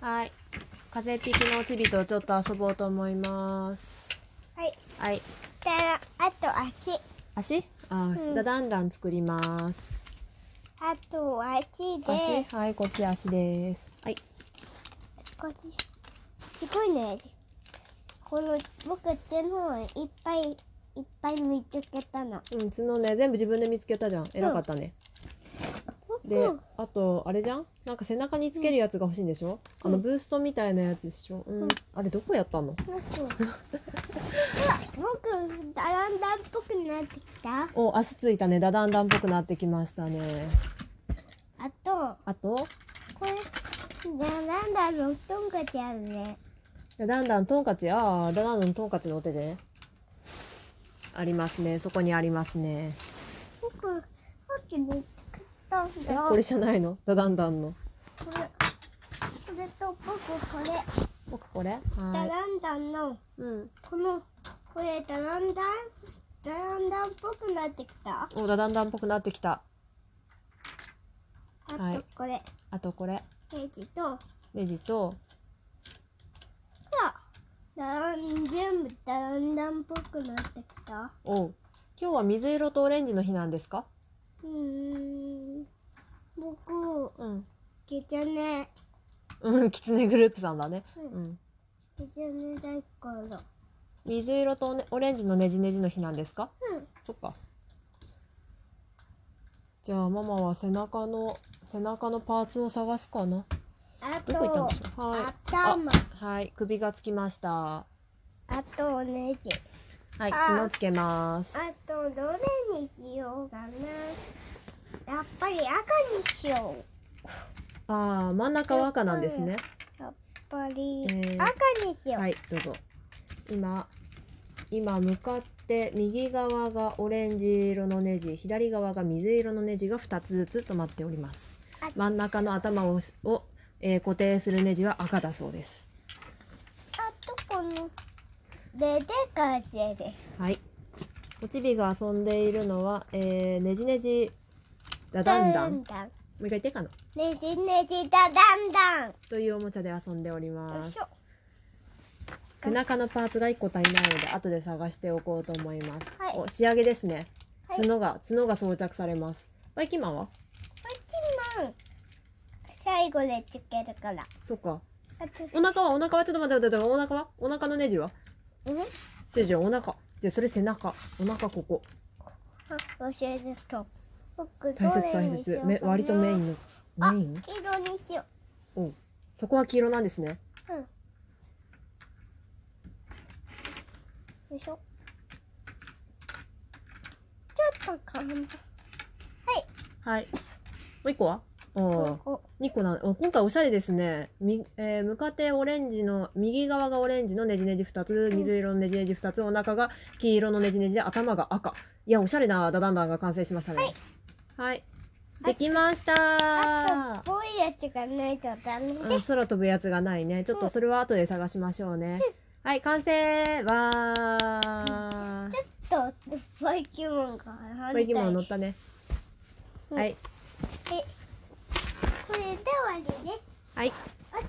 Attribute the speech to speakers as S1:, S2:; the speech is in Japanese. S1: はい。風邪ひきのちびとちょっと遊ぼうと思います。
S2: はい。
S1: はい。
S2: だあと足。
S1: 足あ、
S2: うん
S1: だだんだん作ります。
S2: あと足
S1: 足
S2: で。
S1: はい、こっち足です。はい。
S2: こっち。すごいね。この僕手の方いっぱいいっぱい見つけたの。
S1: うん、角ね、全部自分で見つけたじゃん。偉かったね。
S2: 僕
S1: で、あと、あれじゃんなんか背中につけるやつが欲しいんでしょ、
S2: う
S1: あ
S2: ん
S1: の、ブーストみたいなやつでしょうん。
S2: うん
S1: あれ、どこやったの
S2: 僕うわ僕だらんだんっぽくなってきた。
S1: お、足ついたね。だだんだんっぽくなってきましたね。
S2: あと
S1: あと、
S2: これだらんだんのトンカチあるね。
S1: だだんだんトンカチ、ああ、だだんだんトンカチのお手でね。ありますね。そこにありますね。
S2: 僕さっき見つけたんだ
S1: え
S2: よ。
S1: これじゃないのだだんだんの。
S2: これこれと僕これ
S1: 僕これは
S2: ダ
S1: ーい。
S2: ランダンの
S1: うん。
S2: このこれダランダンダランダンっぽくなってきた
S1: お、だだんだんっぽくなってきた。は
S2: あ
S1: い
S2: とこれ
S1: あとこれ。
S2: ページと
S1: レジと、
S2: さダラン全部ダランダンっぽくなってきた
S1: おう。今日は水色とオレンジの日なんですか
S2: うーん僕
S1: うん。
S2: ケチャネ
S1: うん、キツネグループさんだね。
S2: う
S1: うんん。
S2: ケチャネだから
S1: 水色とねオレンジのねじねじの日なんですか
S2: うん
S1: そっか。じゃあママは背中の背中のパーツを探すかな。
S2: あ
S1: どこ行ったん
S2: と
S1: でしょう。はい。
S2: 頭
S1: はい、首がつきました。は
S2: あとネジ
S1: い、
S2: あ
S1: 角つけます。
S2: あとどれにしようかなやっぱり赤にしよう
S1: ああ、真ん中は赤なんですね。
S2: やっぱり
S1: えー
S2: 赤にしよう、
S1: はい、どうぞ。今、今向かって右側がオレンジ色のネジ、左側が水色のネジが2つずつ止まっております
S2: あ。
S1: 真ん中の頭をを、えー固定するネジは赤だそうです。
S2: あとこのででかぜで
S1: はい。おちびが遊んでいるのは、えー、ネジネジだだんだん。も
S2: だん
S1: う一回言っていいかな。
S2: ねじねじだだんだん
S1: というおもちゃで遊んでおりま
S2: よい
S1: す
S2: し。ょ
S1: 背中のパーツが1個足りないので後で探しておこうと思います、
S2: はい
S1: お仕上げですね
S2: はい
S1: 角が、角が装着されますバイキンマンは
S2: こっちも最後でつけるから
S1: そっか
S2: あと
S1: お腹はお腹はちょっと待って待って待ってお腹はお腹のネジは
S2: うん
S1: じゃあじゃあお腹じゃあそれ背中お腹ここ
S2: あ教えると僕ど
S1: 大切
S2: れ
S1: 大
S2: にし
S1: 切
S2: ようかな
S1: め割とメインの
S2: あ
S1: メイン
S2: 色にしよ
S1: おうそこは黄色なんですね
S2: ううんよいしょちょっとかん
S1: はいもう1個はおう
S2: こ
S1: 2個なお今回おしゃれですねみ、えー向かってオレンジの右側がオレンジのネジネジ2つ
S2: うん
S1: 水色のネジネジ2つお腹が黄色のネジネジで頭が赤いやおしゃれなダダンダンが完成しましたねはい、できました
S2: あとこういうやつがないとダメ
S1: うん、空飛ぶやつがないねちょっとそれは後で探しましょうねはい完成わー
S2: ちょっとポイキモンが反
S1: これ
S2: 対。
S1: 今乗ったね
S2: うん
S1: はい
S2: これで終わりです。
S1: はい